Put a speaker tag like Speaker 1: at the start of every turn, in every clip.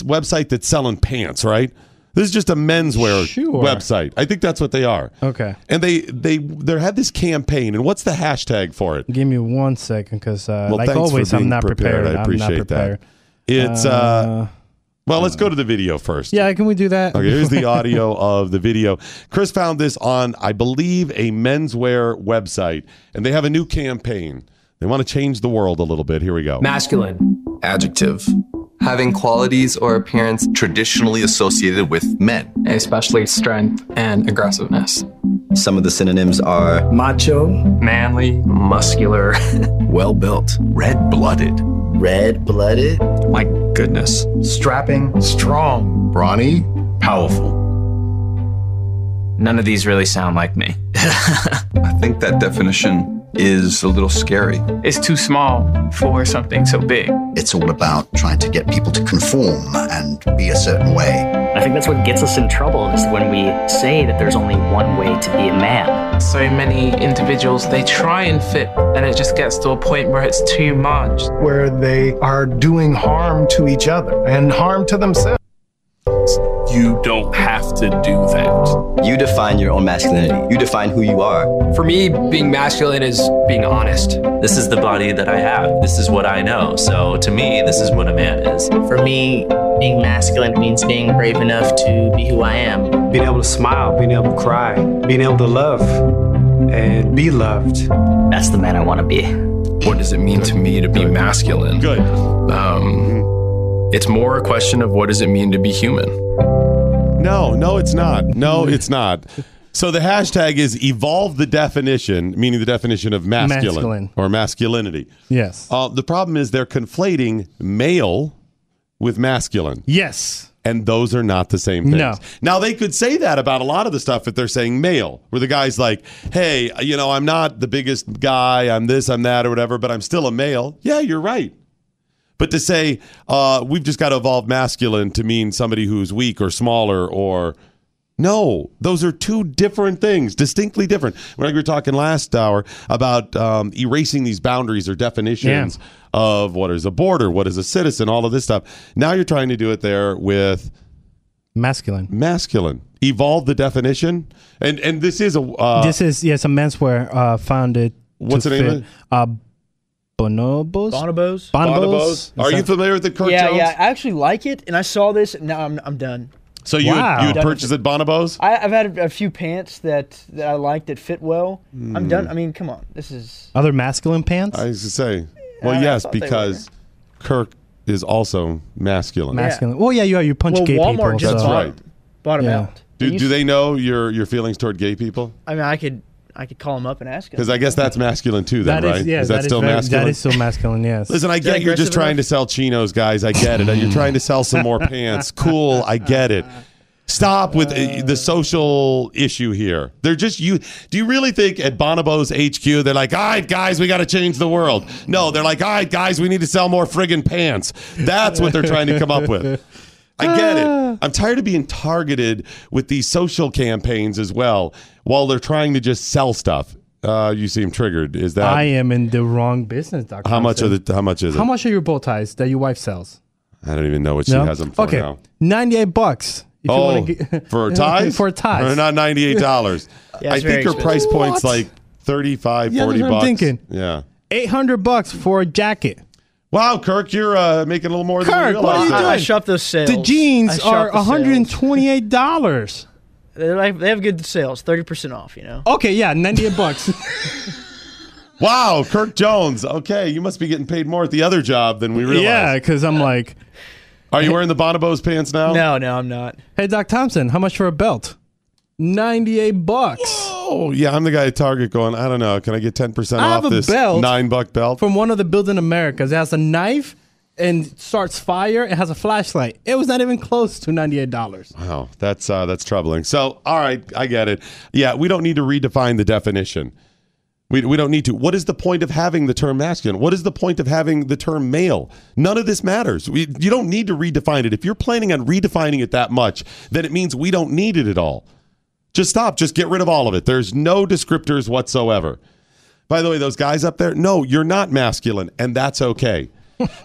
Speaker 1: website that's selling pants, right? This is just a menswear
Speaker 2: Sure.
Speaker 1: website. I think that's what they are.
Speaker 2: Okay.
Speaker 1: And they they they had this campaign, and what's the hashtag for it?
Speaker 2: Give me one second, because uh,
Speaker 1: Well,
Speaker 2: like
Speaker 1: thanks for
Speaker 2: always, I'm
Speaker 1: being
Speaker 2: not prepared.
Speaker 1: I appreciate
Speaker 2: I'm not prepared.
Speaker 1: that. It's uh, well, let's go to the video first.
Speaker 2: Yeah, can we do that?
Speaker 1: Okay, here's the audio of the video. Chris found this on, I believe, a menswear website, and they have a new campaign. They want to change the world a little bit. Here we go.
Speaker 3: Masculine.
Speaker 4: Adjective. Having qualities or appearance traditionally associated with men.
Speaker 3: Especially strength and aggressiveness.
Speaker 5: Some of the synonyms are
Speaker 6: Macho,
Speaker 3: Manly. Muscular.
Speaker 4: Well built. Red blooded.
Speaker 5: red blooded,
Speaker 4: My goodness.
Speaker 6: strapping,
Speaker 4: Strong. Brawny. Powerful.
Speaker 7: None of these really sound like me.
Speaker 4: I think that definition is a little scary.
Speaker 3: It's too small for something so big.
Speaker 8: It's all about trying to get people to conform and be a certain way.
Speaker 9: I think that's what gets us in trouble is when we say that there's only one way to be a man.
Speaker 10: so many individuals they try and fit and it just gets to a point where it's too much
Speaker 6: where they are doing harm to each other and harm to themselves.
Speaker 11: You don't have to do that.
Speaker 5: you define your own masculinity. You define who you are.
Speaker 3: For me, being masculine is being honest.
Speaker 7: This is the body that I have. This is what I know. So to me, this is what a man is.
Speaker 9: For me, being masculine means being brave enough to be who I am.
Speaker 6: Being able to smile, being able to cry, being able to love and be loved.
Speaker 9: That's the man I want to be.
Speaker 4: What does it mean to me to be masculine?
Speaker 1: Good.
Speaker 4: Um, it's more a question of what does it mean to be human?
Speaker 1: No, no, it's not. No, it's not. So the hashtag is evolve the definition, meaning the definition of masculine,
Speaker 2: Masculine.
Speaker 1: or masculinity.
Speaker 2: Yes.
Speaker 1: Uh, the problem is they're conflating male with masculine.
Speaker 2: yes.
Speaker 1: and those are not the same things.
Speaker 2: No.
Speaker 1: Now they could say that about a lot of the stuff that they're saying male, where the guy's like, "Hey, you know, I'm not the biggest guy. I'm this, I'm that, or whatever, but I'm still a male." Yeah, you're right. But to say uh, we've just got to evolve masculine to mean somebody who's weak or smaller or no, those are two different things, distinctly different. When we were talking last hour about um, erasing these boundaries or definitions of what is a border, what is a citizen, all of this stuff. Now you're trying to do it there with
Speaker 2: Masculine.
Speaker 1: masculine. Evolve the definition, and and this is a uh,
Speaker 2: this is yes a menswear uh, founded.
Speaker 1: What's
Speaker 2: to
Speaker 1: the name of
Speaker 2: fit, Uh, bonobos.
Speaker 12: Bonobos.
Speaker 1: Bonobos. Are you familiar with the Kurt
Speaker 12: yeah,
Speaker 1: Jones?
Speaker 12: yeah. I actually like it, and I saw this, and now I'm, I'm done.
Speaker 1: So you
Speaker 2: Wow.
Speaker 1: you purchased at Bonobos?
Speaker 12: I, I've had a, a few pants that, that I like that fit well.
Speaker 2: Hmm.
Speaker 12: I'm done. I mean, come on. This is.
Speaker 2: Other masculine pants.
Speaker 1: I used to say, well,
Speaker 12: I
Speaker 1: yes,
Speaker 12: thought they were.
Speaker 1: because Kirk is also masculine.
Speaker 2: masculine. Well, yeah, you are. You punch
Speaker 12: Well,
Speaker 2: gay
Speaker 12: Walmart
Speaker 2: people.
Speaker 12: just
Speaker 1: That's
Speaker 2: so-
Speaker 12: bought,
Speaker 1: right.
Speaker 12: bought 'em
Speaker 2: Yeah.
Speaker 12: out.
Speaker 1: Do,
Speaker 12: You
Speaker 1: do
Speaker 12: s-
Speaker 1: they know your your feelings toward gay people?
Speaker 12: I mean, I could I could call them up and ask them.
Speaker 1: Because I guess that's masculine too, then,
Speaker 2: That is
Speaker 1: right?
Speaker 2: yeah.
Speaker 1: is that, still
Speaker 2: very-
Speaker 1: masculine?
Speaker 2: That is still masculine. Yes.
Speaker 1: Listen, I get you're just
Speaker 12: aggressive
Speaker 1: trying
Speaker 12: enough?
Speaker 1: to sell chinos, guys. I get it. You're trying to sell some more pants. Cool, I get it. Stop with uh, the social issue here. They're just you. Do you really think at Bonobos HQ they're like, all right, guys, we got to change the world? No, they're like, all right, guys, we need to sell more friggin' pants. That's what they're trying to come up with. I get it. I'm tired of being targeted with these social campaigns as well, while they're trying to just sell stuff. Uh, you seem triggered. Is that
Speaker 2: I am in the wrong business, Doctor.
Speaker 1: uh, how much? Are the, how much is it?
Speaker 2: How much are your bow ties that your wife sells?
Speaker 1: I don't even know what she has them for
Speaker 2: okay,
Speaker 1: now.
Speaker 2: ninety-eight bucks. If you
Speaker 1: Oh,
Speaker 2: wanna get-
Speaker 1: for ties?
Speaker 2: for ties.
Speaker 1: Or not ninety-eight dollars.
Speaker 12: Yeah,
Speaker 1: I
Speaker 12: it's very
Speaker 1: think her price
Speaker 2: expensive.
Speaker 1: point's
Speaker 2: What?
Speaker 1: like 35,
Speaker 2: Yeah, that's
Speaker 1: 40
Speaker 2: what I'm
Speaker 1: bucks.
Speaker 2: thinking.
Speaker 1: Yeah.
Speaker 2: Eight hundred bucks for a jacket.
Speaker 1: Wow, Kirk, you're uh, making a little more than
Speaker 2: Kirk,
Speaker 1: you
Speaker 2: what are
Speaker 1: realize.
Speaker 2: you
Speaker 12: I, I
Speaker 2: doing?
Speaker 12: shop those sales.
Speaker 2: The
Speaker 12: I
Speaker 2: jeans
Speaker 12: shop
Speaker 2: are
Speaker 12: the sales.
Speaker 2: one hundred and twenty-eight dollars.
Speaker 12: They're like, they have good sales, thirty percent off. You know.
Speaker 2: Okay, yeah, ninety-eight bucks.
Speaker 1: Wow, Kirk Jones. Okay, you must be getting paid more at the other job than we realized.
Speaker 2: yeah, because I'm like, Oh.
Speaker 1: Are you wearing the Bonobos pants now?
Speaker 12: No, no, I'm not.
Speaker 2: hey, Doc Thompson, how much for a belt? 98 bucks
Speaker 1: Oh yeah, I'm the guy at Target going. I don't know. Can I get ten percent
Speaker 2: I
Speaker 1: off
Speaker 2: have a
Speaker 1: this
Speaker 2: belt
Speaker 1: nine buck belt?
Speaker 2: from one of the building Americas. It has a knife and starts fire. It has a flashlight. It was not even close to $98.
Speaker 1: Wow, that's uh, that's troubling. So, all right, I get it. Yeah, we don't need to redefine the definition. We, we don't need to. What is the point of having the term masculine? What is the point of having the term male? None of this matters. We, you don't need to redefine it. If you're planning on redefining it that much, then it means we don't need it at all. Just stop. Just get rid of all of it. There's no descriptors whatsoever. By the way, those guys up there, no, you're not masculine, and that's okay.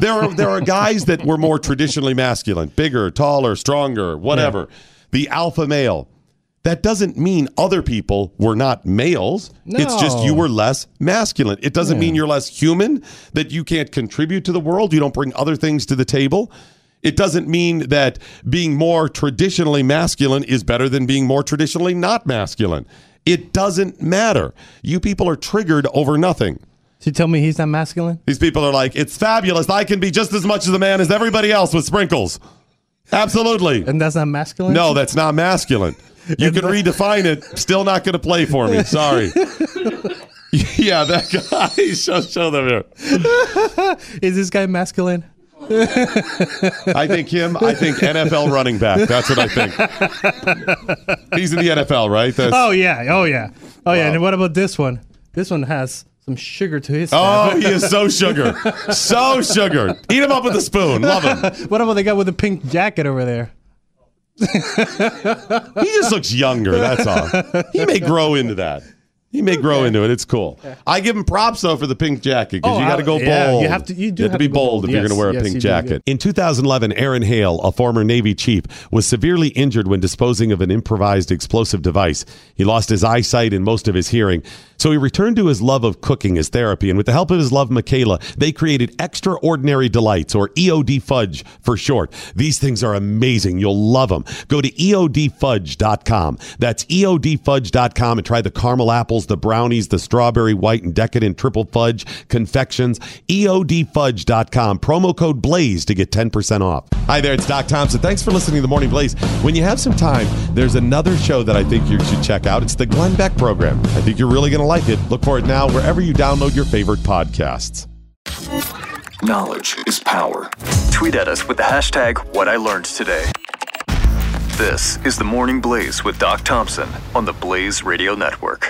Speaker 1: There are there are guys that were more traditionally masculine, bigger, taller, stronger, whatever. The alpha male. That doesn't mean other people were not males. It's just you
Speaker 13: No.
Speaker 1: were less masculine. It doesn't mean you're less human, that you can't contribute to the world, you don't bring other things to the table. It doesn't mean that being more traditionally masculine is better than being more traditionally not masculine. It doesn't matter. You people are triggered over nothing.
Speaker 2: So you tell me he's not masculine?
Speaker 1: These people are like, it's fabulous. I can be just as much of a man as everybody else with sprinkles. Absolutely.
Speaker 2: And that's not masculine?
Speaker 1: No, that's not masculine. You can redefine it. Still not going to play for me. Sorry. yeah, that guy. show, show them here.
Speaker 2: Is this guy masculine?
Speaker 1: I think him. I think NFL running back. That's what I think. He's in the NFL, right? That's,
Speaker 2: oh, yeah. Oh, yeah. Oh, yeah. And what about this one? This one has some sugar to his.
Speaker 1: Oh,
Speaker 2: stab.
Speaker 1: he is so sugar. So sugar. Eat him up with a spoon. Love him.
Speaker 2: what about the guy with the pink jacket over there?
Speaker 1: He just looks younger. That's all. He may grow into that. He may grow into it. It's cool. I give him props though for the pink jacket because
Speaker 2: Oh,
Speaker 1: you got to
Speaker 2: I-
Speaker 1: go bold.
Speaker 2: yeah, you have to- you do
Speaker 1: have
Speaker 2: have
Speaker 1: to be
Speaker 2: to go
Speaker 1: bold,
Speaker 2: bold.
Speaker 1: if you're
Speaker 2: Yes,
Speaker 1: going to wear a
Speaker 2: yes,
Speaker 1: pink
Speaker 2: you do, yeah.
Speaker 1: jacket. In 2011, Aaron Hale, a former Navy chief, was severely injured when disposing of an improvised explosive device. He lost his eyesight and most of his hearing, so he returned to his love of cooking as therapy. And with the help of his love, Michaela, they created Extraordinary Delights, or EOD Fudge for short. These things are amazing. You'll love them. Go to E EODFudge.com. That's EODFudge.com and try the caramel apples, the brownies, the strawberry white and decadent triple fudge confections. E EODFudge.com. Promo code BLAZE to get 10% off. Hi there, it's Doc Thompson. Thanks for listening to The Morning Blaze. When you have some time, there's another show that I think you should check out. It's the Glenn Beck program. I think you're really going to like it. Look for it now wherever you download your favorite podcasts.
Speaker 14: Knowledge is power. Tweet at us with the hashtag what I learned today. This is the Morning Blaze with Doc Thompson on the Blaze Radio Network.